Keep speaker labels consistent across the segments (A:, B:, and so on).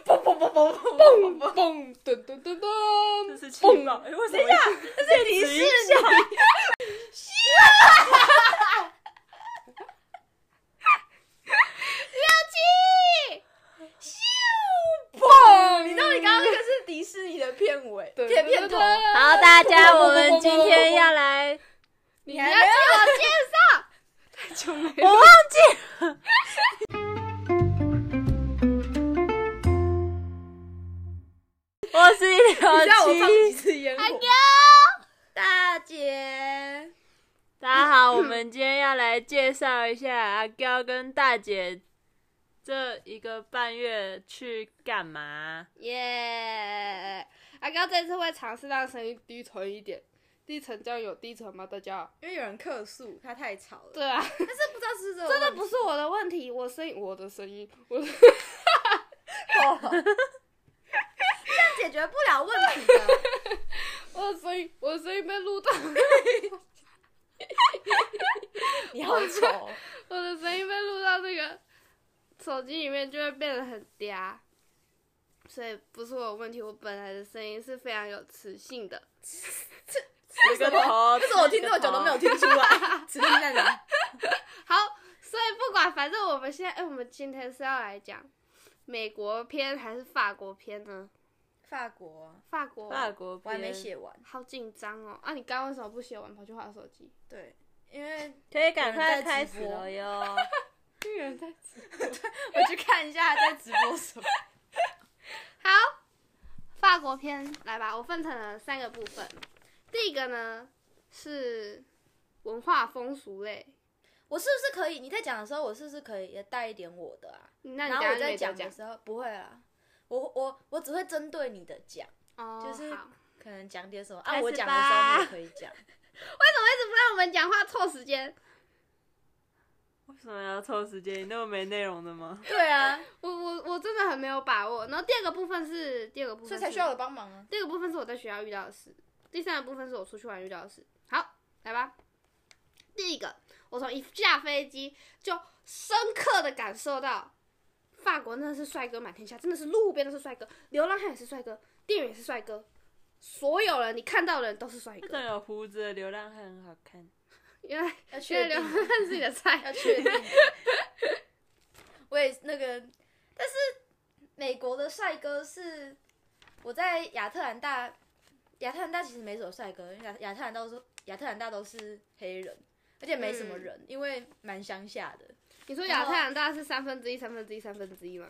A: 嘣
B: 嘣嘣噔噔噔
A: 这
B: 噔，
A: 是气
B: 蹦
A: 吗？哎为什
B: 等一
A: 么
B: 下
A: 要
B: 这提示你，
C: 砰！你知道你刚刚那个是迪士尼的片尾
B: 对
C: 片片头，
B: 好
C: 好，大家，我们今天要来，
B: 你
C: 你
B: 要
C: 还没有介绍，
B: 就没
C: 我忘记了。我是一
B: 你让我放
C: 柳
B: 几
C: 七
B: 次烟火？
C: 大姐，大家好，我们今天要来介绍一下阿娇跟大姐这一个半月去干嘛。
B: 耶！阿高啊这次会尝试让声音低沉一点，低沉这样有低沉吗？大家？
A: 因为有人客诉，他太吵了。
B: 对啊，
A: 但是不知道是不 是
B: 真的不是我的问题，我声音，我的声音，我的
A: 够，这样解决不了问题的。
B: 我的声音，我的声音被录到，
A: 你好丑，
B: 我的声音被录到那个手机里面，就会变得很嗲。所以不是我的问题，我本来的声音是非常有磁性的。
C: 这个头，
A: 为什么我听这么久都没有听出
C: 啊
A: 来？指定在哪？
B: 好，所以不管，反正我们现在，哎、我们今天是要来讲美国篇还是法国篇呢？
A: 法国，
B: 法国，
C: 法国
A: 我
C: 片
A: 还没，写完。
B: 好紧张哦！啊，你刚刚为什么不写完跑去划手机？
A: 对，因为
C: 可以赶
A: 有
C: 快
A: 人在直
C: 开始
A: 播
C: 了哟。
B: 有人在
A: 我去看一下在直播什么。
B: 好，法国篇来吧，我分成了三个部分。第一个呢是文化风俗类，
A: 我是不是可以？你在讲的时候，我是不是可以也带一点我的啊？
B: 那你
A: 然
B: 等
A: 后
B: 下
A: 我
B: 就没
A: 在
B: 得
A: 讲
B: 讲
A: 的时候，不会啊，我我我只会针对你的讲，
B: 哦。
A: 就是
B: 好，
A: 可能讲点什么
C: 开
A: 啊。
C: 始
A: 我讲的时候
C: 吧
A: 你也可以 讲，
B: 为什么让我们讲话凑时间？
C: 为什么要凑时间？你那么没内容的吗？
A: 对啊，
B: 我我我真的很没有把握。然后第二个部分是第二个部分，
A: 所以才需要我。的帮忙 啊。
B: 第二个部分是我在学校遇到的事，第三个部分是我出去玩遇到的事。好，来吧。第一个，我从一下飞机就深刻的感受到，法国真的是帅哥满天下，真的是路边都是帅哥，流浪汉也是帅哥，店员也是帅哥，所有人你看到的人都是帅
C: 那种
B: 哥。
C: 有胡子的流浪汉很好看。
B: 原来
A: 要确
B: 原来
A: 定
B: 流浪汉是你的菜，
A: 要确定。啊我也那个，但是美国的帅哥是我在亚特兰大，亚特兰大其实没什么帅哥，因为亚亚特兰大都是亚特兰大都是黑人，而且没什
B: 嗯
A: 么人，因为蛮乡下的，
B: 你说亚特兰大是三分之一、三分之一、三分之一吗？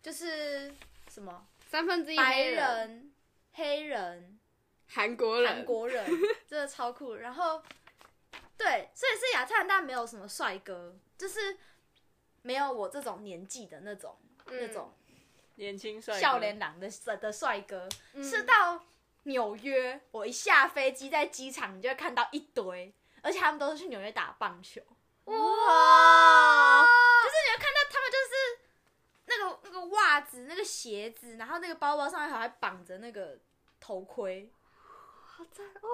A: 就是什么
B: 三分之一
A: 白
B: 黑人、
A: 人、黑人、
B: 韩国人、
A: 韩国人，真的超酷。然后对，所以是亚特兰大没有什么帅哥，就是没有我这种年纪的那种、
B: 嗯
A: 那种。
C: 年轻帅哥，
A: 笑脸郎的帅的帅哥，
B: 嗯
A: 是到纽约，我一下飞机在机场，你就会看到一堆，而且他们都是去纽约打棒球，
C: 哇！
A: 就是你会看到他们就是那个那个袜子、那个鞋子，然后那个包包上面还绑着那个头盔，
B: 好赞哦！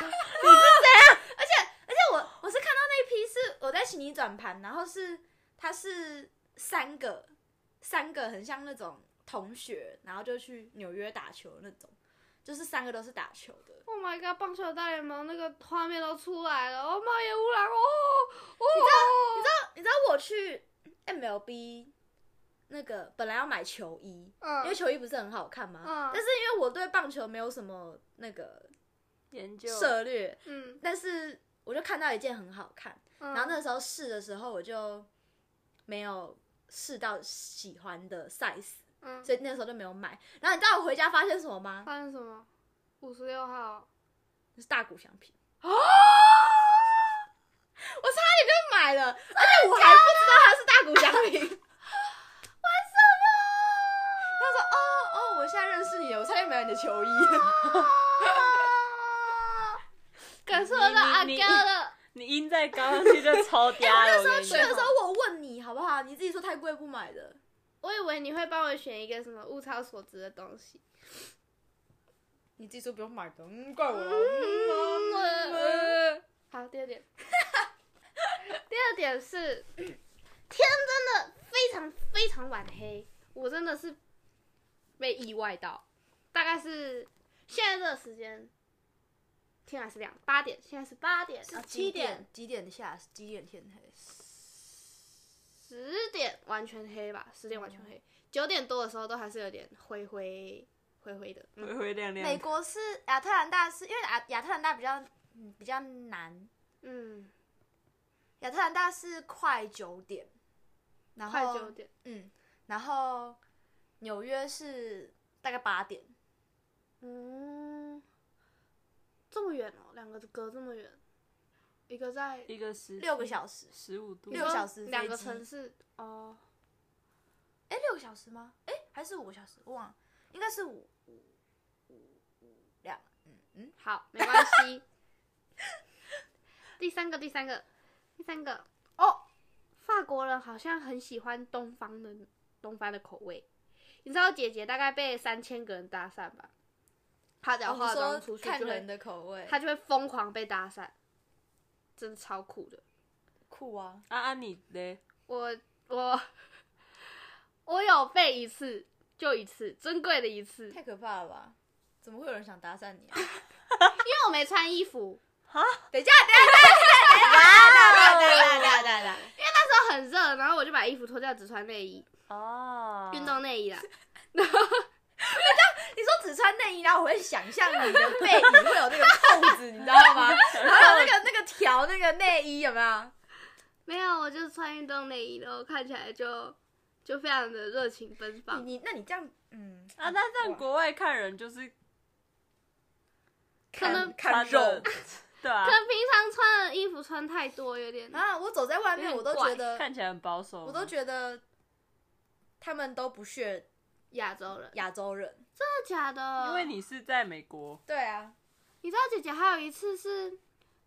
A: 而且而且我我是看到那一批是我在悉尼转盘，然后是他是三个三个很像那种同学，然后就去纽约打球那种，就是三个都是打球的。
B: Oh my god！棒球大联盟那个画面都出来了，哦，猫眼乌狼，哦哦，
A: 你知道，你知道我去 MLB 那个本来要买球衣，
B: 嗯，
A: 因为球衣不是很好看吗？
B: 嗯
A: 但是因为我对棒球没有什么那个
C: 研究
A: 涉略，
B: 嗯，
A: 但是我就看到一件很好看，
B: 然
A: 然后那时候试的时候我就没有试到喜欢的 size，
B: 嗯，
A: 所以那时候就没有买。然后你知道我回家发现什么吗？
B: 发现什么？五十六号，
A: 就是大谷翔平。
B: 哦
A: 我啊差点就买了，而且我还不知道他是大谷翔平。玩什么？他说：“哦哦，我现在认识你了，我差点买你的 球衣。
B: 感受到阿
C: 你你
B: 娇的，
C: 你音再高上去就超嗲了。我跟你
A: 去的时
C: 说，
A: 候我问你好不好，你自己说太贵不买的。
B: 我以为你会帮我选一个什么物超所值的东西，
A: 你自己说不用买的，嗯，怪我、
B: 嗯好，第二 点， 第二点是天真的非常非常晚黑，我真的是被意外到，大概是现在这个时间，天还是亮，八点，现在是八点，啊七点，
A: 几点下？几点天黑？
B: 十点完全黑吧，十点完全黑，九点多的时候都还是有点灰灰灰灰的，嗯
C: 灰灰亮亮
A: 美
C: 的。
A: 国是亚特兰大是，因为亚亚特兰大比较嗯比较难，
B: 嗯，
A: 亚特兰大是快九点，然
B: 快
A: 后
B: 九点，
A: 嗯，然后纽约是大概八点，
B: 嗯，这么远哦，两个隔这么远，一个在
C: 一个十
A: 六个小时，
C: 十五度，
A: 六个小时
B: 两
A: 飞
B: 个
A: 机
B: 城市哦，
A: 哎，六个小时吗？哎，还是五个小时？我忘了，应该是五五五五两，嗯嗯，
B: 好，没关系。 第三个，第三个，第三个哦，法国人好像很喜欢东方的东方的口味。你知道姐姐大概被三千个人搭讪吧？她只要化妆出去
A: 哦看
B: 就
A: 人
B: 会，
A: 的口味，
B: 她就会疯狂被搭讪，真的超酷的。
A: 酷啊！
C: 啊啊你嘞？
B: 我我我有被一次，就一次，珍贵的一次，因
A: 太可怕了吧？怎么会有人想搭讪你啊？
B: 为我没穿衣服，
A: 等一下，等一下，啊等一下，等一下，等一下，等一下，等一下，等一下
B: 那时候很热，然后我就把衣服脱掉，只穿内衣，
C: 哦，
B: 运动内衣啦。
A: 你说只穿内衣，然后我会想象 你的背影会有那个扣子，你知道吗？ 然后那个那个条那个内衣有没有？
B: 没有，我就穿运动内衣，然后看起来就就非常的热情奔放。
A: 你你那你这样，嗯
C: 啊，那在国外看人就是
A: 看
B: 可能
A: 看
C: 穿
A: 肉
C: 的，对啊
B: 可，能平常穿的衣服穿太多，有点
A: 啊！我走在外面，我都觉得，
C: 看起来很保守吗。
A: 我都觉得他们都不屑
B: 亚洲人，真
A: 亚洲人。
B: 的假的？
C: 因为你是在美国，
A: 对啊，
B: 你知道姐姐还有一次是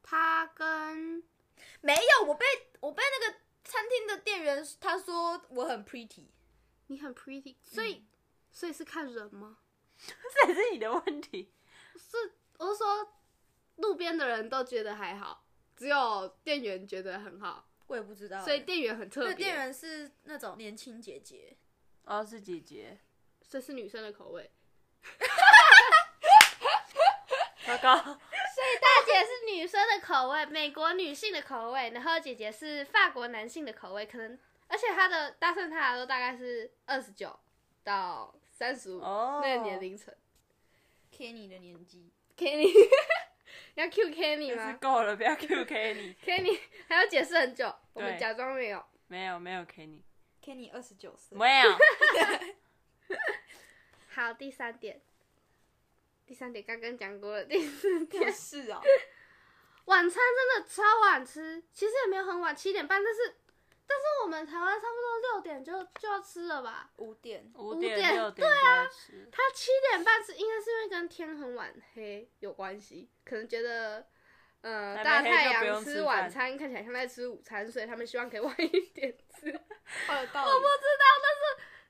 B: 她跟
A: 没有，我被我被那个餐厅的店员他说我很 pretty，
B: 你很 pretty，所
C: 嗯
B: 以、所以是看人吗？
C: 这也是你的问题。
B: 是，我是说路边的人都觉得还好，只有店员觉得很好，
A: 我也不知道。
B: 所以嗯店员很特别，
A: 那店员是那种年轻姐姐，
C: 哦，是姐姐，
B: 这是女生的口味。
C: 糟糕，
B: 大姐是女生的口味，美国女性的口味，然后姐姐是法国男性的口味，可能而且她的搭讪她的都大概是二十九到三十五
C: 哦
B: 那个年龄 层。
A: Kenny 的年纪。
B: Kenny，要 Q
C: 就
B: Kenny
C: 是
B: 吗
C: 够了，不要 Q K 你，
B: ？Kenny 还要解释很久，我们
C: 对
B: 假装没有。
C: 没有没有 K 你，
A: Kenny 二十九岁，
C: 没有。
B: 好，第三点，第三点刚刚讲过了，第四点。
A: 不是哦，
B: 晚餐真的超晚吃，其实也没有很晚，七点半，但是但是我们台湾差不多六点就就要吃了吧？
A: 五点。
C: 五
B: 点
C: 点六点就要吃，
A: 啊
B: 他七点半吃，应该是因为跟天很晚黑有关系，可能觉得，呃，大
C: 还没黑
B: 太
C: 就不
B: 阳
C: 用吃
B: 吃
C: 饭
B: 晚餐看起来像在吃午餐，所以他们希望可以晚一点吃。
A: 我不知道，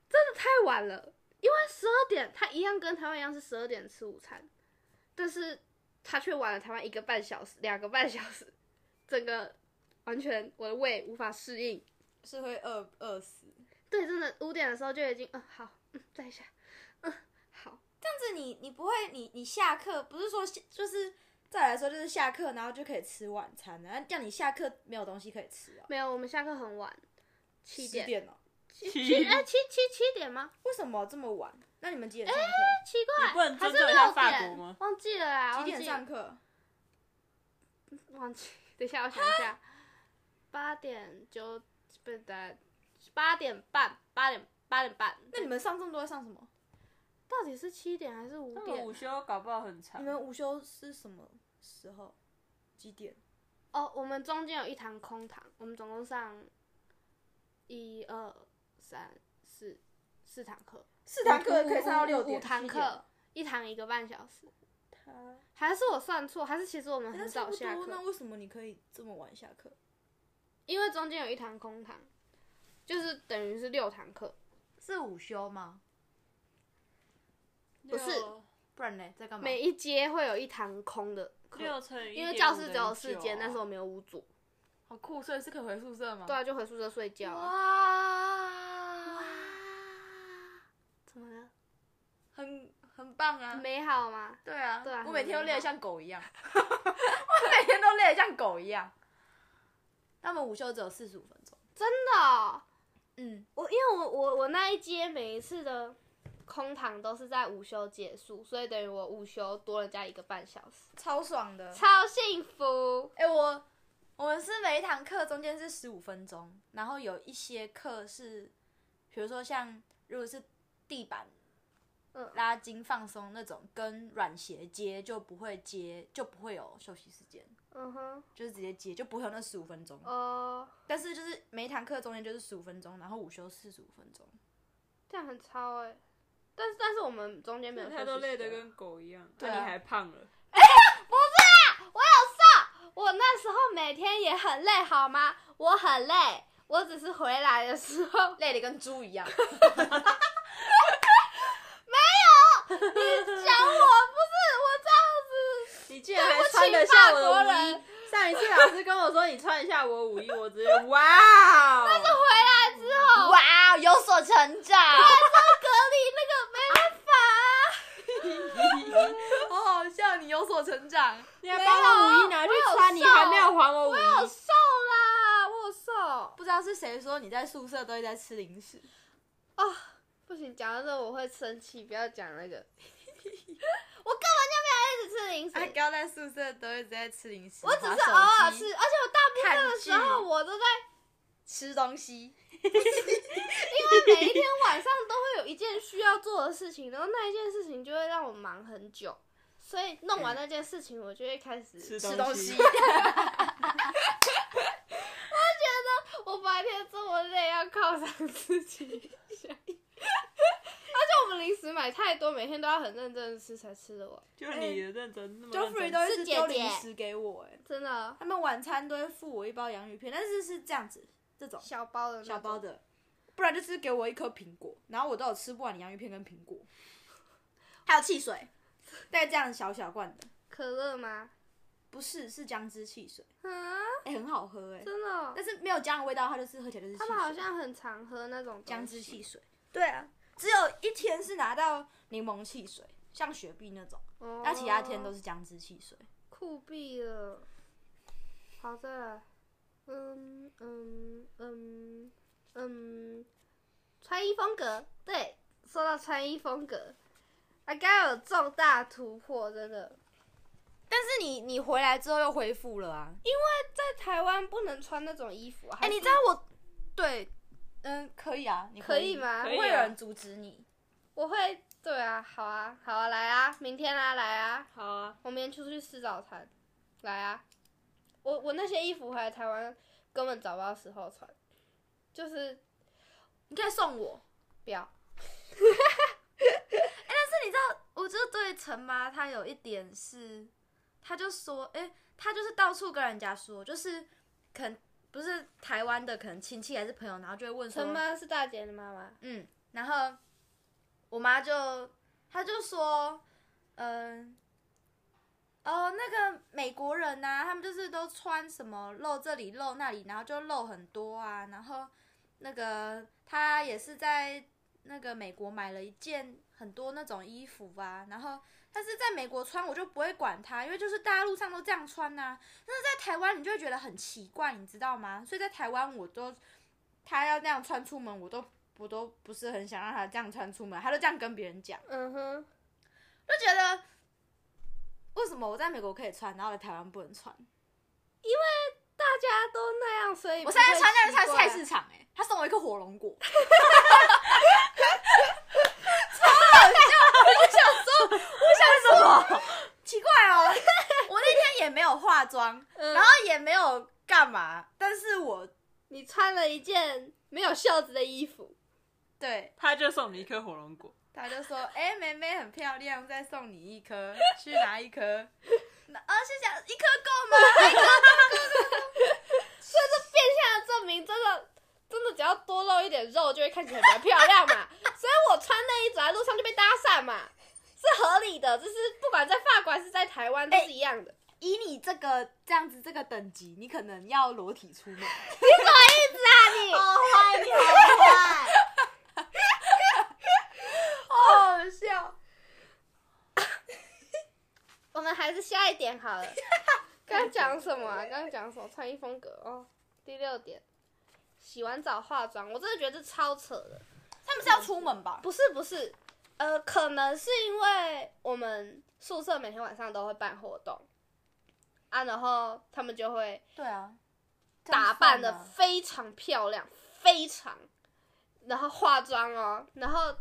B: 真的太晚了，因为十二点他一样跟台湾一样是十二点吃午餐，但是他却晚了台湾一个半小时、两个半小时，整个完全我的胃无法适应。
A: 是会饿饿死。
B: 对，真的五点的时候就已经，嗯，好，嗯，再一下，嗯，好，
A: 但是你你不会，你你下课不是说下就是再来说就是下课，然后就可以吃晚餐然后叫你下课没有东西可以吃哦，
B: 没有，我们下课很晚，七
A: 10
B: 点，
A: 哦？
B: 七
C: 七
B: 七哎七七七点吗？
A: 为什么这么晚？那你们几点
B: 哎
A: 上课？
B: 奇怪，
C: 你不能
B: 还
C: 尊
B: 是
C: 重一
B: 六
C: 下法国
B: 点
C: 吗？
B: 忘记了嗯啦，
A: 几
B: 忘
A: 点
B: 记
A: 上
B: 了，
A: 课？
B: 忘记。等一下，我想一下，八点九不对，八点半，八点八点半。
A: 那你们上这么多在上什么？
B: 到底是七点还是五
C: 他们
B: 点
C: 午？休搞不好很长
A: 你，们午休是什么时候？几点？
B: 哦，我们中间有一堂空堂，我们总共上一二三四四堂课，
A: 四堂课可以上到
B: 五
A: 六
B: 五
A: 点，
B: 堂
A: 七点
B: 课，一堂一个半小时。还是我算错，还是其实我们
A: 哎
B: 很
A: 那
B: 早
A: 差不
B: 下
A: 多。那
B: 课，
A: 为什么你可以这么晚下课？
B: 因为中间有一堂空堂，就是等于是六堂课。
A: 是午休吗？
B: 不是
C: 六
A: 不然呢，在干嘛？
B: 每一阶会有一堂空的课，
C: 六乘以
B: 因为教室只有
C: 1.5
B: 四间，
C: 等于九啊
B: 那时候没有五组，
A: 好酷，所以是可以回宿舍吗
B: 啊对啊，就回宿舍睡觉啊。
A: 哇！棒啊！
B: 美好吗？
A: 对啊，
B: 对啊
A: 我每天都
B: 很
A: 累
B: 美
A: 得
B: 好
A: 像狗一样， 我每天都累得像狗一样。他们午休只有四十五分钟。
B: 真的哦、
A: 嗯，
B: 我因为我我我那一阶每一次的空堂都是在午休结束，所以等于我午休多人家一个半小时，
A: 超爽的。
B: 超幸福。
A: 哎、我我们是每一堂课中间是十五分钟，然后有一些课是，比如说像如果是地板
B: 嗯，
A: 拉筋放松那种，跟软鞋接就不会接，就不会有休息时间，
B: 嗯哼，
A: 就是直接接就不会有那十五分钟。
B: 哦、
A: 但是就是每一堂课中间就是十五分钟，然后午休四十五分钟。
B: 这样很超哎、但是但是我们中间没有休息
C: 他都累
B: 时
C: 得
B: 间
C: 跟狗一样，
A: 对
C: 那
A: 啊
C: 你还胖了，
B: 我那时候每天也很累，好吗？我很累，我只是回来的时候
A: 累得跟猪 一样，
B: 讲我不是我这样子，
C: 你竟然还
B: 不
C: 穿得
B: 起
C: 下
B: 法
C: 我
B: 国
C: 的
B: 人
C: 舞衣。上一
A: 啊
C: 次 老师跟我说你穿得下我舞衣，我直接哇哦！
B: 回来之后
A: 哇，哦有所成长，
B: 隔离那个没办法啊、
A: 好好 笑，你有所成长。
C: 你还把我舞衣拿去穿，
B: 没
C: 你
B: 有我有瘦
C: 还没有还我舞
B: 我有
C: 衣。
B: 瘦啦，我有瘦。
A: 不知道是谁说你在宿舍都会在吃零食，
B: 不行，讲到这我会生气，不要讲那 个。我根本就没有一直吃
A: 哎，
B: 零食，
A: 高在宿舍都会在吃零食，
B: 我只是偶
A: 滑
B: 尔
A: 手机
B: 吃，而且我大部分的时
A: 看
B: 候
A: 剧
B: 我都在
A: 吃东西。
B: 因为每一天晚上都会有一件需要做的事情，然后那一件事情就会让我忙很久，所以弄完那件事情，我就会开始。
A: 吃
C: 东
A: 东西，
B: 我白天这么累，要犒赏自己一下。而且我们零食买太多，每天都要很认真的吃才吃得完，
C: 就你的认真那么
A: 就
C: 认
A: free
C: 真
A: 都一直
B: 是姐
A: 丢
B: 姐
A: 零食给我、哎，
B: 真的
A: 他们晚餐都会付我一包洋芋片，但是是这样子，这种
B: 小包的那种
A: 小包，的，不然就是给我一颗苹果，然后我都有吃不完的洋芋片跟苹果， 还有汽水，带这样小小罐的，
B: 可乐吗？
A: 不是是姜汁汽水，
B: 啊，
A: 哎、很好喝哎、
B: 真的哦、
A: 但是没有姜的味道，它就是喝起来就是汽
B: 他
A: 水。
B: 们好像很常喝那种东西
A: 姜汁汽水，对啊，只有一天是拿到柠檬汽水，像雪碧那种，
B: 哦，
A: 那其他天都是姜汁汽水。
B: 酷毙了。好，再来。嗯嗯嗯嗯，穿衣风格，对，说到穿衣风格，啊，刚有重大突破，真的。
A: 但是你你回来之后又恢复了啊，
B: 在台湾不能穿那种衣服，
A: 哎、
B: 哎
A: 你知道我对，嗯，可以啊，你
B: 可
A: 以
B: 以？吗
A: 不？
C: 可以
A: 会有
C: 啊
A: 人阻止你。
B: 我会，对啊，好啊，好啊，来啊，明天啊，来啊，
C: 好啊，
B: 我明天出去吃早餐，来啊！我我那些衣服回来台湾根本找不到时候穿，就是
A: 你可以送我，
B: 不要。
A: 我就对陈妈她有一点是，她就说，哎、她就是到处跟人家说，就是可能不是台湾的可能亲戚还是朋友，然后就会问说，
B: 陈妈是大姐的妈妈，
A: 嗯，然后我妈就她就说，嗯、哦，那个美国人呐、他们就是都穿什么露这里露那里，然后就露很多啊，然后那个她也是在那个美国买了一件很多那种衣服啊，然后。但是在美国穿我就不会管它，因为就是大家路上都这样穿呐、但是在台湾你就会觉得很奇怪，你知道吗？所以在台湾我都他要那样穿出门，我都我都不是很想让他这样穿出门，他都这样跟别人讲，
B: 嗯哼，
A: 就觉得为什么我在美国可以穿，然后在台湾不能穿？
B: 大家都那样，所以
A: 我上次穿那
B: 那
A: 个菜菜市场、欸，他送我一颗火龙果，超好笑！我想说，我想说， 奇怪哦，我那天也没有化妆，
B: 嗯
A: 然后也没有干嘛，但是我
B: 你穿了一件没有袖子的衣服，
A: 对
C: 他就送你一颗火龙果。
A: 他就说：“哎、妹妹很漂亮，再送你一颗，去拿一颗。”那啊，是想一颗够吗？
B: 变相的证明真的真的只要多露一点肉就会看起来比较漂亮 嘛，所以我穿内衣走在路上就被搭讪嘛，是合理的，就是不管在法国还是在台湾
A: 哎
B: 都是一样的。
A: 以你这个这样子这个等级，你可能要裸体出门。
B: 那、
C: 坏，你好坏。
A: 好笑，
B: 下一点 好了。刚刚讲什么啊？刚刚讲什么？穿衣风格哦。第六点，洗完澡化妆，我真的觉得这超扯的。
A: 他们是要出门吧？
B: 不是不是，呃，可能是因为我们宿舍每天晚上都会办活动啊，然后他们就会
A: 对啊，
B: 打扮的非常漂亮，非常，然后化妆哦，然后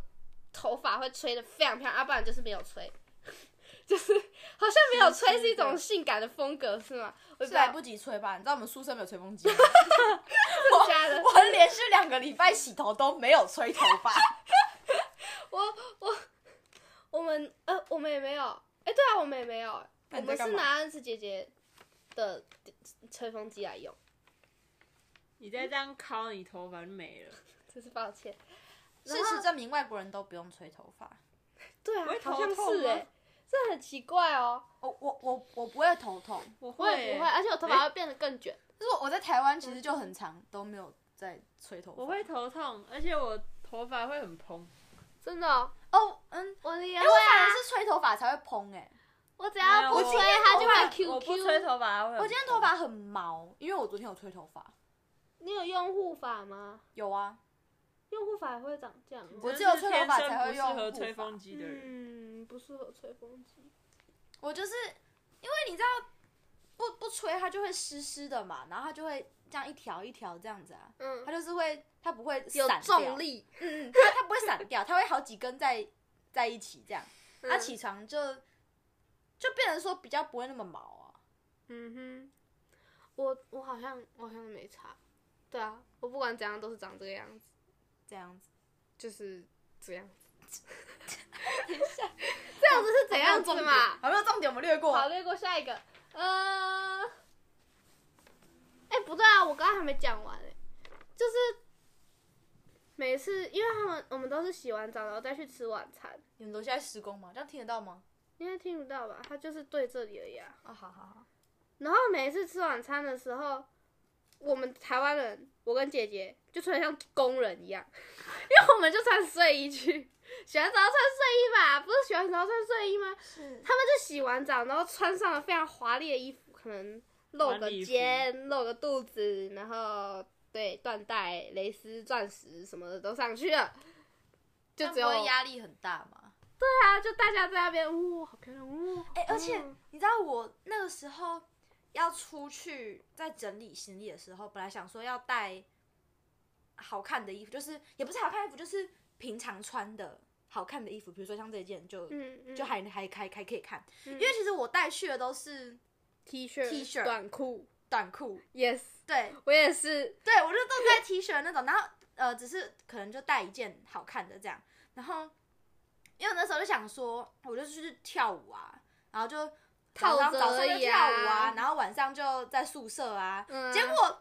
B: 头发会吹的非常漂亮，啊要、不然就是没有吹， 就是好像没有吹是一种性感的风格是吗？我
A: 是来啊不及吹吧？你知道我们宿舍没有吹风机 吗，
B: 不加的，
A: 我连续两个礼拜洗头都没有吹头 发。
B: 我我我们呃我们也没有，哎、对啊，我们也没有、
A: 那
B: 我
A: 你
B: 们
A: 在干
B: 是
A: 嘛
B: 拿恩慈姐姐的吹风机来用。
C: 你再这样敲你头发就没了。
B: 真是抱歉。然
A: 事
B: 后
A: 实证明，外国人都不用吹头发。
B: 对啊
C: 不会，头
B: 好像
C: 痛
B: 是
C: 吗
B: 哎、这很奇怪哦。
A: 我我我我不会头痛，
C: 我
B: 我也不会，
C: 欸
B: 而且我头发会变得更卷。
A: 就是我在台湾其实就很长都没有在吹头发。
C: 我会头痛，而且我头发会很蓬。
B: 真的、哦，
A: 哦，嗯，
B: 我的也
A: 因
C: 哎
B: 会
A: 为我反而
B: 啊。
A: 是吹头发才会蓬哎、
B: 我只
C: 没
B: 要
C: 有
B: 不
C: 我
B: 吹
C: 今
A: 天，
B: 它就
A: 头发
B: 会
A: 很
C: 我
B: QQ。
C: 不吹头发，我
A: 我今天头发很毛，因为我昨天有吹头发。
B: 你有用护发吗？
A: 有啊，
B: 用护发也会长这样哦。
A: 我只有吹头发才会
C: 适
A: 用
C: 合
A: 护
C: 吹
A: 发
C: 风机的人。
B: 嗯，不适合吹风机。
A: 我就是因为你知道不不吹它就会湿湿的嘛，然后它就会这样一条一条这样子啊，
B: 嗯，
A: 它就是会它不会
B: 有
A: 散掉
B: 重力。
A: 嗯嗯，它它不会散掉，它会好几根在在一起这样。它、
B: 嗯
A: 起床就就变成说比较不会那么毛啊。
B: 嗯哼，我我好像我好像没差。对啊，我不管怎样都是长这个样子，
A: 这样子，
B: 就是这样子。这样子是怎样子嘛？
A: 好没有重点，我们略过。
B: 好，略过下一个。呃，哎、不对啊，我刚刚还没讲完哎、就是每次，因为他们我们都是洗完澡然后再去吃晚餐，
A: 你们楼下在施工吗？这样听得到吗？
B: 应该听不到吧？他就是对这里而已啊。
A: 啊、好好好，
B: 然后每次吃晚餐的时候，我们台湾人，我跟姐姐就穿得像工人一样， 因为我们就穿睡衣去。洗完澡要穿睡衣吧？不是洗完澡要穿睡衣吗？
A: 是
B: 他们就洗完澡，然后穿上了非常华丽的衣服，可能露
C: 晚
B: 个
C: 礼服
B: 肩、露个肚子，然后对缎带、蕾丝、钻石什么的都上去了，就只有
A: 会压力很大嘛。
B: 啊，就大家在那边，呜、好漂亮，呜、
A: 哎、而且
B: 嗯
A: 你知道我那个时候要出去，在整理行李的时候，本来想说要带好看的衣服，就是也不是好看的衣服，就是平常穿的好看的衣服，比如说像这件就。
B: 嗯嗯，
A: 就还还还还可以看，
B: 嗯
A: 因为其实我带去的都是
B: T 恤、
A: T 恤
B: 短裤
A: 短裤，
B: ，yes，
A: 对
B: 我也是，
A: 对，我就都带 T 恤那种，然后呃，只是可能就带一件好看的这样，然后因为我那时候就想说，我就去跳舞啊，然后就
B: 套
A: 早上
B: 着
A: 早上
B: 而
A: 就
B: 已
A: 跳
B: 啊
A: 舞啊，然后晚上就在宿舍啊，
B: 嗯
A: 结果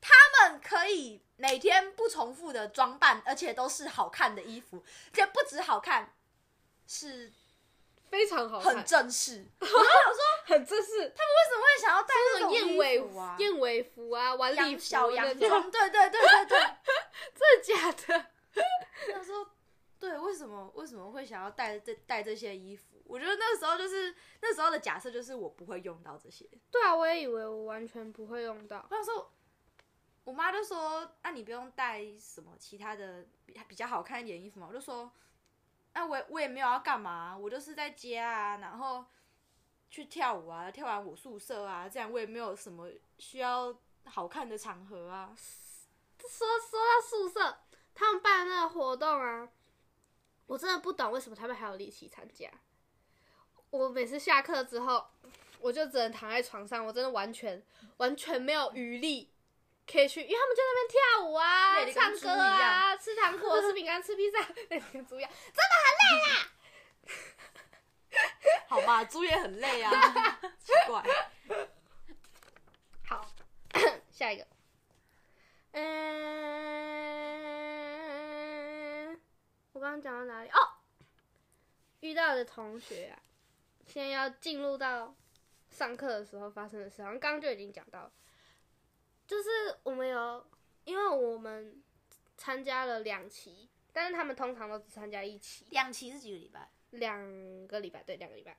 A: 他们可以每天不重复的装扮，而且都是好看的衣服，而且不止好看，是
B: 非常好看，
A: 很正式。
B: 很正式，他
A: 为什么会想要带这
B: 们
A: 种
B: 燕尾
A: 衣服啊？
B: 燕尾服啊，晚礼
A: 洋
B: 服
A: 小
B: 那
A: 洋
B: 种，
A: 装，对对对对对。
B: 真的假的？
A: 那时候，对，为什么为什么会想要带这带这些衣服？我觉得那时候就是那时候的假设就是我不会用到这些。
B: 对啊，我也以为我完全不会用到。
A: 我想说，我妈就说：“那、你不用带什么其他的比比较好看一点的衣服嘛？”我就说：“那、我也我也没有要干嘛，我就是在家啊，然后去跳舞啊，跳完舞宿舍啊，这样我也没有什么需要好看的场合啊。
B: 说说到宿舍，他们办的那个活动啊，我真的不懂为什么他们还有力气参加。我每次下课之后，我就只能躺在床上，我真的完全完全没有余力可以去，因为他们就在那边跳舞啊、
A: 累得
B: 唱
A: 跟
B: 歌
A: 猪一
B: 啊、
A: 样
B: 吃糖果、吃饼干、吃披萨， 累得跟猪一样。
A: 好吧， 猪也很累啊，奇怪。
B: 好， 下一个。嗯，我刚刚讲到哪里？哦，遇到的同学啊，现在要进入到上课的时候发生的事，好像刚刚就已经讲到了，就是我们有，因为我们参加了两期，但是他们通常都只参加一期，
A: 两期是几个礼拜？
B: 两个礼拜，对，两个礼拜。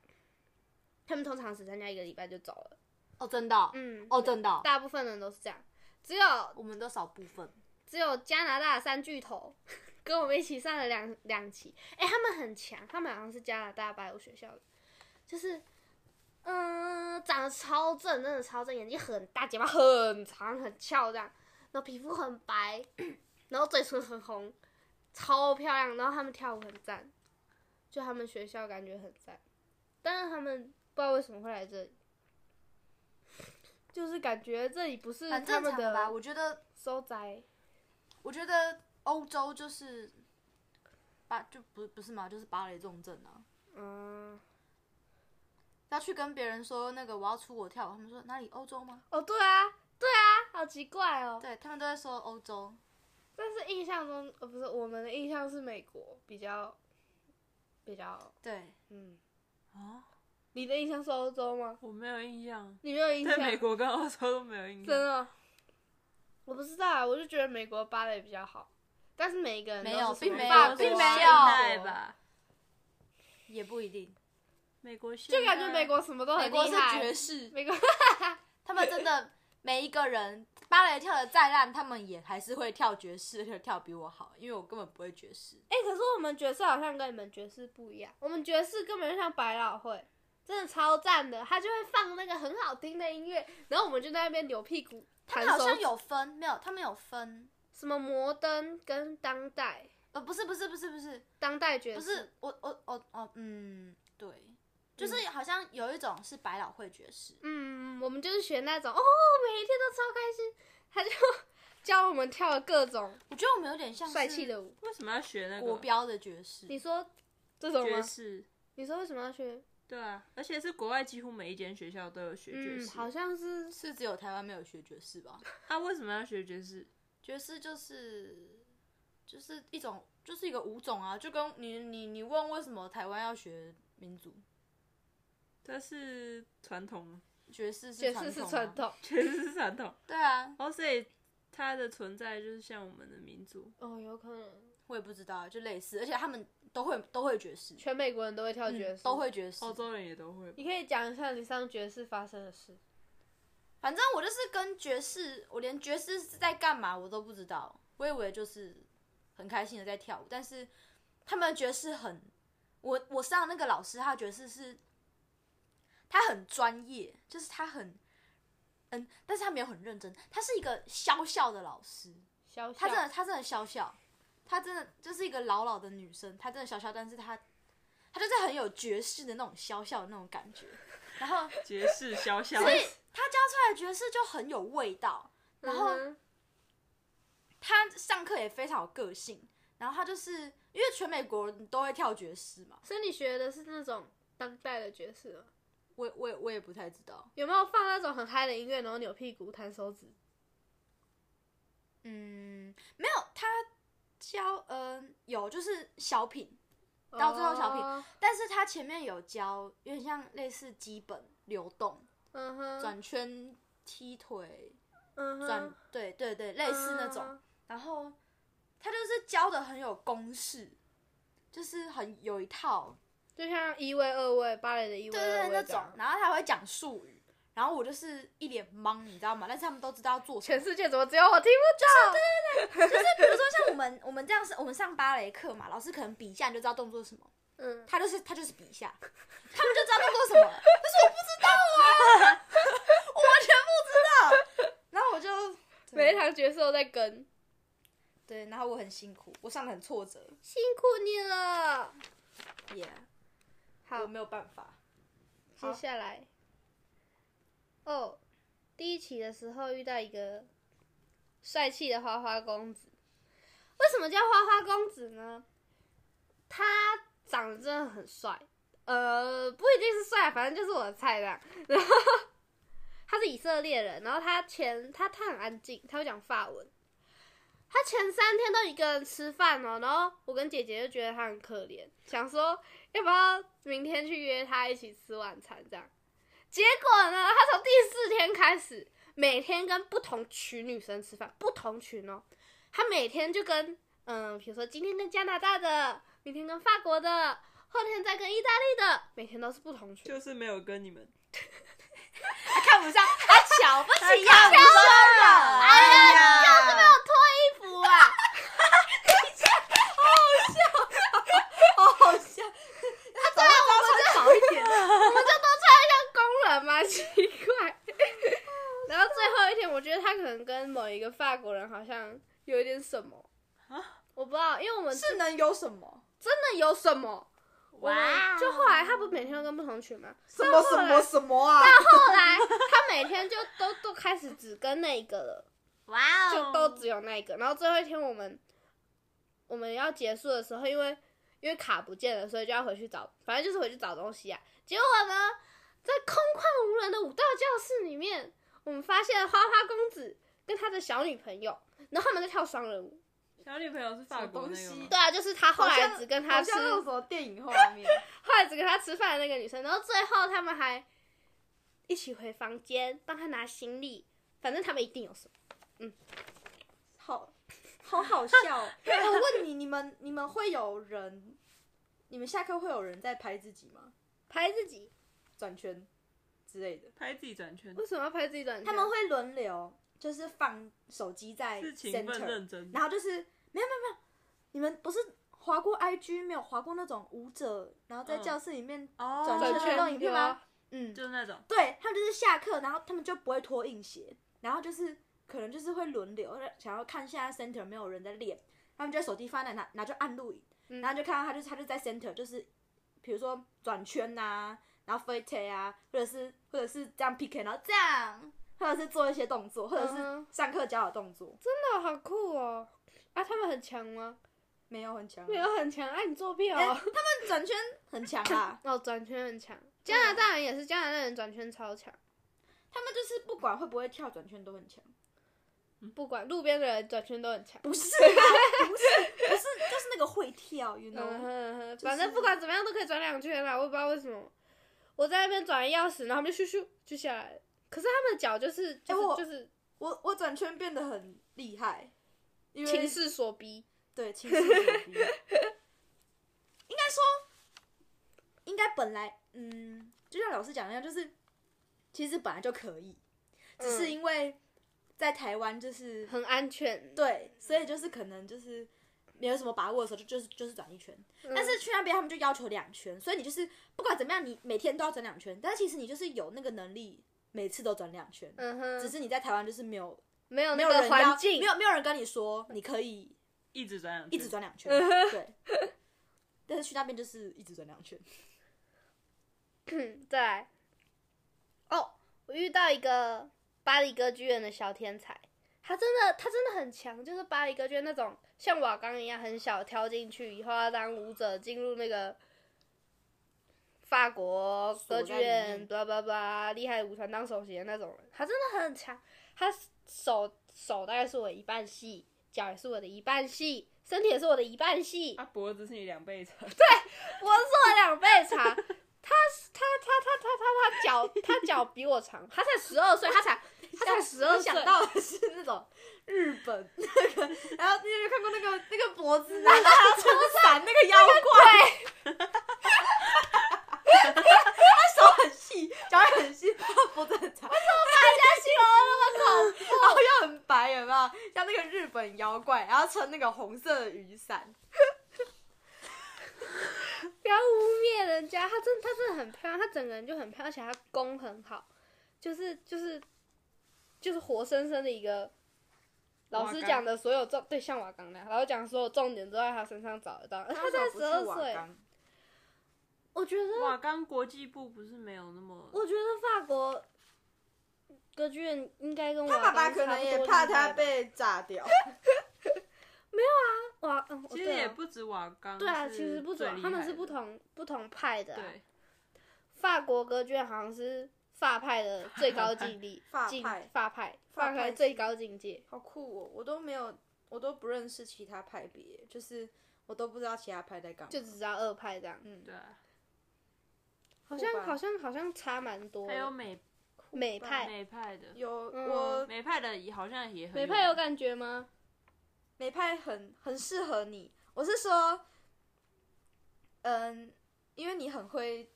B: 他们通常只参加一个礼拜就走了。
A: 哦，真的哦，
B: 嗯，
A: 哦真的哦
B: 大部分人都是这样，只有
A: 我们都少部分。
B: 只有加拿大三巨头跟我们一起上了两两期，哎、他们很强，他们好像是加拿大白舞学校的，就是，嗯、长得超正，真的超正，眼睛很大，睫毛很长很翘这样，然后皮肤很白，然后嘴唇很红，超漂亮，然后他们跳舞很赞，就他们学校感觉很赞，但是他们不知道为什么会来这里。 就是感觉这里不是
A: 很
B: 嗯他
A: 正
B: 们
A: 常吧？
B: 的
A: 我觉得，
B: 收宅，
A: 我觉得欧洲就是芭就不不是嘛，就是芭蕾重症啊。
B: 嗯，
A: 要去跟别人说那个我要出国跳舞，他们说哪里欧洲吗？
B: 哦，对啊，对啊，好奇怪哦。
A: 对他们都在说欧洲，
B: 但是印象中，呃，不是我们的印象是美国比较比较，
A: 对
B: 嗯，
C: 啊，
B: 你的印象是欧洲吗？
C: 我没有印象，
B: 你没有印象？
C: 对美国跟欧洲都没有印
B: 真
C: 象。
B: 的哦，我不知道啊，我就觉得美国芭蕾比较好，但是每一个人都
A: 没有
B: 是什么
A: 并没有
B: 法
A: 并
B: 国
A: 没
B: 啊
A: 有
B: 英国啊
C: 现代吧？
A: 也不一定。
C: 美国现代
B: 就感觉美国什么都
A: 美
B: 很
A: 国是
B: 厉害。
A: 爵士，
B: 美国
A: 他们真的每一个人芭蕾跳的再烂，他们也还是会跳爵士，而且跳比我好，因为我根本不会爵士。
B: 哎、可是我们爵士好像跟你们爵士不一样，我们爵士根本就像百老汇，真的超赞的，他就会放那个很好听的音乐，然后我们就在那边扭屁股
A: 他
B: 弹
A: 们好
B: 手
A: 像
B: 指
A: 有分，没有，他们有分，
B: 什么摩登跟当代，
A: 呃，不是，不是，不是，不是，
B: 当代爵士
A: 不是，我，我，我，哦，嗯，对，就是好像有一种是百老汇爵士，
B: 嗯，我们就是学那种哦，每一天都超开心，他就 教我们跳了各种
A: 我觉得我们有点像
B: 帅气
A: 是
B: 的舞。
C: 为什么要学那个
A: 国标的爵士，
B: 你说这种
C: 爵
B: 吗？
C: 士？
B: 你说为什么要学？
C: 对啊，而且是国外几乎每一间学校都有学爵
B: 嗯，
C: 士。
B: 好像是
A: 是只有台湾没有学爵士吧？
C: 他为什么要学爵士？
A: 爵士就是就是一种就是一个舞种啊，就跟你你你问为什么台湾要学民族
C: 这是传统，
A: 爵士是
B: 爵
A: 传
B: 士是
A: 统啊
B: 传
A: 吗
B: 统
C: 爵士是传统。
A: 对啊，
C: 哦，所以它的存在就是像我们的民族。
B: 哦，有可能
A: 我也不知道，啊就类似，而且他们都会都会爵士，
B: 全美国人都会跳爵士，
A: 嗯都。会爵士
C: 欧。洲人也哦都会吧。
B: 你可以讲一下你上爵士发生的事。
A: 反正我就是跟爵士，我连爵士是在干嘛我都不知道，我以为就是很开心的在跳舞，但是他们的爵士很，我我上那个老师他的爵士是，他很专业，就是他很，嗯，但是他没有很认真，他是一个笑笑的老师，
B: 小小
A: 她真的，她真的小小，她真的就是一个老老的女生，她真的小小，但是她，她就是很有爵士的那种小小的那种感觉。然后她
C: 爵士小小，
A: 出来的爵士就很有味道，然后
B: 嗯哼
A: 她上课也非常有个性。然后她就是因为全美国人都会跳爵士嘛，
B: 所以你学的是那种当代的爵士吗？
A: 我我也我也不太知道，
B: 有没有放那种很嗨的音乐，然后扭屁股、弹手指？
A: 嗯，没有，她教嗯、有就是小品，到最后小品
B: 哦
A: 但是她前面有教有点像类似基本流动、
B: 嗯哼，
A: 转圈、踢腿、
B: 嗯哼
A: 转，对对对，类似那种。
B: 嗯
A: 然后他就是教的很有公式，就是很有一套，
B: 就像一位、二位芭蕾的一位、
A: 对
B: 二
A: 对
B: 位
A: 对那
B: 这
A: 种
B: 样。
A: 然后他还会讲术语，然后我就是一脸懵，你知道吗？但是他们都知道要做什么。
B: 全世界怎么只有我听不懂？
A: 就是 比如说像我们我们这样是，我们上芭蕾课嘛，老师可能比一下你就知道动作是什么，
B: 嗯，
A: 他就是他就是比一下，他们就知道动作什么，但是我不知道啊，我完全不知道。然后我就
B: 每一堂角色都在跟，
A: 对，然后我很辛苦，我上的很挫折，
B: 辛苦你了。
A: 也、
B: 好
A: 我没有办法。
B: 接下来，哦，第一期的时候遇到一个帅气的花花公子。为什么叫花花公子呢？他长得真的很帅，呃，不一定是帅，反正就是我的菜啦。然后他是以色列人，然后他前他他很安静，他会讲法文。他前三天都一个人吃饭哦，然后我跟姐姐就觉得他很可怜，想说要不要明天去约他一起吃晚餐这样？结果呢，他从第四天开始，每天跟不同群女生吃饭，不同群哦。他每天就跟嗯，比如说今天跟加拿大的，明天跟法国的，后天再跟意大利的，每天都是不同群。
C: 就是没有跟你们。
A: 看不上阿乔，不
D: 哎
A: 起
D: 呀
A: 呀，不
D: 了，
A: 了，
D: 哎呀，
B: 衣服啊，
A: 好笑。他早上要穿少一点，
B: 我们就都穿得像工人吗？奇怪。然后最后一天，我觉得他可能跟某一个法国人好像有一点什么我不知道，因为我们
A: 是能有什么？
B: 真的有什么。我们
A: 哦
C: 哇哦
B: 就后来他不是每天都跟不同群吗？
A: 什么什么什么啊？
B: 后来他每天就都都开始只跟那一个了。
C: 哇哦
A: 哦
B: 就都只有那一个。然后最后一天我们我们要结束的时候，因为因为卡不见了，所以就要回去找，反正就是回去找东西啊。结果呢，在空旷无人的武道教室里面，我们发现花花公子跟他的小女朋友，然后他们在跳双人舞。
C: 小女朋友是法国那
A: 什
C: 个
A: 么东
C: 吗
A: 西？
B: 对啊，就是他后
A: 好
B: 来
A: 像
B: 只跟他
A: 好
B: 吃，
A: 像那种什么电影画面，
B: 后来只跟他吃饭的那个女生，然后最后他们还一起回房间帮他拿行李，反正他们一定有什么。
A: 好，好好笑 哦。那我问你，你们你们会有人，你们下课会有人在拍自己吗？
B: 拍自己，
A: 转圈之类的？
C: 拍自己转圈，
B: 为什么要拍自己短
A: 他
B: 片
A: 们会轮流，就是放手机在
C: 是勤奋
A: center，
C: 认真。
A: 然后就是没有没有没有，你们不是划过 IG 没有划过那种舞者，然后在
C: 嗯
A: 教室里面，
C: 哦
A: 转
B: 转
A: 圈
B: 圈
A: 运动影片
B: 有
A: 吗
B: 啊？
A: 嗯，
C: 就是那种
A: 对他们就是下课，然后他们就不会脱硬鞋，然后就是可能就是会轮流想要看现在 center 没有人在练，他们就手机放在哪，拿就按录影，
B: 嗯
A: 然后就看到他就是他就在 center，就是比如说转圈呐、然后 f i t 啊，或者是或者是这样 PK，然后这样，或者是做一些动作，或者
B: 嗯
A: 是上课教的动作，
B: 真的好酷哦！啊，他们很强吗？
A: 没有很强，
B: 没有很强，啊，你作弊
A: 哎
B: 哦！，
A: 转圈很强啊啦
B: 哦，转圈很强，加
A: 啊
B: 拿大人也是，加拿大人转圈超强，
A: 他们就是不管会不会跳转圈都很强，
B: 不管路边的人转圈都很强。
A: 不是啦，不是 不是就是那个会跳，you
B: 啊嗯哼
A: know，
B: 哼哼，
A: 是
B: 反正不管怎么样都可以转两圈啦，我也不知道为什么。我在那边转钥匙，然后他们就咻咻就下来了，可是他们的脚就是就
A: 哎
B: 是、
A: 我
B: 就是
A: 我我转圈变得很厉害，因为
B: 情势所逼，
A: 对，情势所逼。应该说，应该本来，嗯，就像老师讲的那样，就是其实本来就可以，只是
B: 嗯
A: 因为在台湾就是、
B: 很安全。
A: 对，所以就是可能就是没有什么把握的时候，就就是就是转一圈。
B: 嗯
A: 但是去那边他们就要求两圈，所以你就是不管怎么样，你每天都要转两圈。但是其实你就是有那个能力，每次都转两圈，
B: 嗯
A: 只
B: 哼，
A: 是你在台湾就是没有
B: 没有
A: 没
B: 那
A: 有人
B: 个
A: 要
B: 环境
A: 没，有没有人跟你说你可以
C: 一直转两圈，
A: 一直转两圈，对。但是去那边就是一直转两圈，
B: 再来，哦，我遇到一个巴黎歌剧院的小天才，他真的他真的很强，就是巴黎歌剧院那种像瓦缸一样很小，跳进去以后要当舞者进入那个法国歌剧院，
A: 锁
B: 巴拉巴拉，厉害舞团当首席的那种人，他真的很强，他手手大概是我一半细，脚也是我的一半细，身体也是我的一半细，
C: 啊，脖子是你两倍长。
B: 我是我两倍长，他他他他他他他脚他脚比我长，他才十二岁，他才他才十
A: 我
B: 二岁
A: 想，到的是那种日本那个，然后你有没有看过那个那个脖子啊，撑伞那个妖怪，他手很细，脚也很细，他脖子很长，为什么把人家形容那么恐怖？然后又很白，有没有？像那个日本妖怪，然后撑那个红色的雨伞，
B: 不要污蔑人家，他真他真的很漂亮，他整个人就很漂亮，而且他功很好，就是就是就是活生生的一个。老师
C: 瓦岗
B: 讲的所有重对像瓦岗那样，老师讲的所有重点都在他身上找得到。他才十二岁，我觉得
C: 哇，刚国际部不是没有那么
B: 我觉得法国歌剧院应该跟我
A: 他爸爸可能也怕他被炸掉。
B: 哇，嗯，
C: 其实
B: 对啊
C: 也不止瓦岗，
B: 对啊，
C: 是
B: 其实不
C: 最
B: 准，
C: 厉
B: 他们
C: 害
B: 是
C: 的
B: 不。同不同派的、啊。
C: 对，
B: 法国歌剧院好像是法派的最 高境地，
A: 法
B: 境
A: 派
B: 法派法
A: 法
B: 派
A: 派
B: 最
A: 系
B: 高境界。
A: 好酷哦！我都没有，我都不认识其他派别，就是我都不知道其他派在干嘛。
B: 就只知道二派这样，
A: 嗯，
C: 对啊，
B: 好像
A: 吧
B: 好像好像差蛮多的。
C: 还有美
B: 美派，
C: 美派的，
A: 有、
B: 嗯
A: 我
C: 美派的也好像也很
B: 美派有
C: 名
B: 感觉吗？
A: 美派很很适合你，我是说，嗯，因为你很会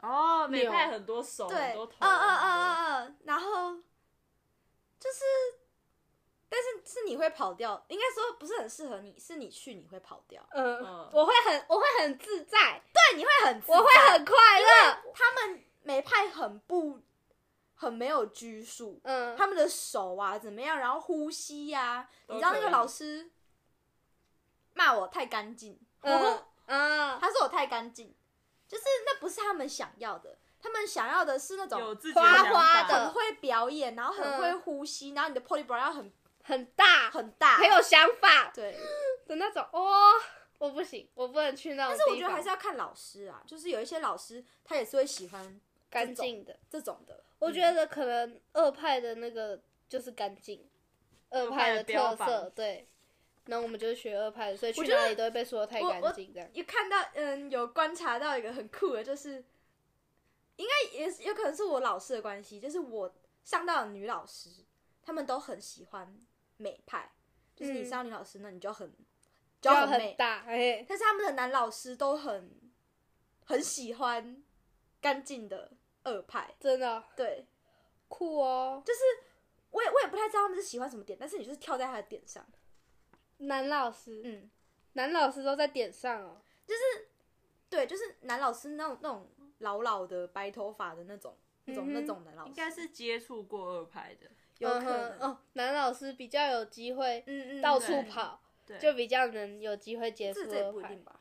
C: 哦，美
B: 扭
C: 派很多手，
A: 对，
C: 很
A: 嗯
C: 多
A: 嗯
B: 哦
C: 头，
A: 嗯嗯嗯，然后就是，但是是你会跑掉，应该说不是很适合你，是你去你会跑掉，
B: 嗯
C: 嗯，
B: 我会很我会很自在，
A: 对，你会很自在，
B: 我会很快乐，
A: 他们美派很不很没有拘束，
B: 嗯，
A: 他们的手啊怎么样，然后呼吸呀、
C: 都
A: 你知道那
C: 可
A: 个
C: 以
A: 老师骂我太干净，
B: 嗯啊，
A: 他说我太干净，就是那不是他们想要的，他们想要的是那
C: 有
A: 种
C: 自己
B: 哦花花
C: 想法
B: 的
A: 很会表演，然后很
B: 嗯
A: 会呼吸，然后你的 poly bra 要很
B: 很大，
A: 很大，
B: 很有想法
A: 对。
B: 的那种，哦，我不行，我不能去那种
A: 但
B: 地方，
A: 是我觉得还是要看老师啊，就是有一些老师他也是会喜欢
B: 干净的。
A: 这种嗯的，
B: 我觉得可能二派的那个就是干净，二派的特
C: 标
B: 色
C: 榜
B: 对。然后我们就是学二派的，所以去
A: 我觉得
B: 哪里都会被说太
A: 我
B: 干
A: 我
B: 净这样。
A: 有看到，嗯，有观察到一个很酷的，就是应该也是有可能是我老师的关系，就是我上到的女老师，她们都很喜欢美派，就是你
B: 嗯
A: 上到女老师，那你就很就
B: 就要
A: 很
B: 很
A: 美，
B: 大，哎，
A: 但是他们的男老师都很很喜欢干净的二派，
B: 真的哦
A: 对
B: 酷哦。
A: 我也我也不太知道他们是喜欢什么点，但是你就是跳在他的点上，
B: 男老师，
A: 嗯，
B: 男老师都在点上哦。
A: 对，就是男老师那种那种老老的白头发的那种。那种
B: 嗯哼
A: 那种男老师
C: 应该是接触过二派的，
A: 有可
B: 嗯哼
A: 能，
B: 哦，男老师比较有机会
A: 嗯嗯，
B: 到
A: 对
B: 处跑，
C: 对，
B: 就比较能有机会接触
A: 这这也
B: 二
A: 不一
B: 派
A: 定。吧，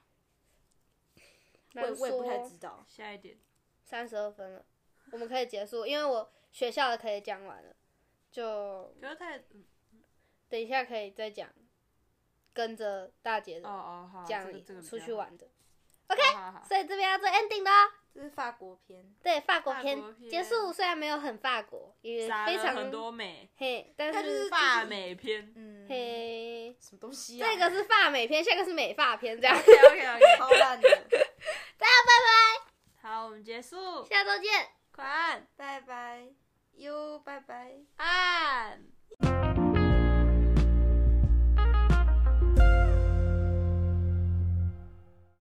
A: 我
B: 难
A: 也我也不太
B: 说
A: 知道。
C: 下一点，
B: 三十二分了，我们可以结束，因为我学校的可以讲完了，就
C: 可是太，嗯
B: 等一下可以再讲，跟着大姐
C: 哦
B: 的
C: 哦好，这
B: 讲
C: 个
B: 你
C: 这个比
B: 出
C: 较
B: 去
C: 好
B: 玩的，
C: ，OK，好好好
B: 所以这边要做 ending 了哦。
A: 这是法国片，
B: 对，法国
C: 法
B: 篇
C: 国篇
B: 结束，虽然没有很法国，也
C: 撒
B: 非
C: 了
B: 常
C: 很多美，
B: 嘿，但
A: 但就是
B: 是
C: 法美篇
A: 嗯，
B: 嘿，
A: 什么东西啊？
B: 这个是法美篇，下一个是美发篇，这 样，
C: ，OK OK OK，
A: 超烂的，
C: 好，我们结束，
B: 下周见。
C: 快按
A: 拜拜，哟，拜拜。
C: 按。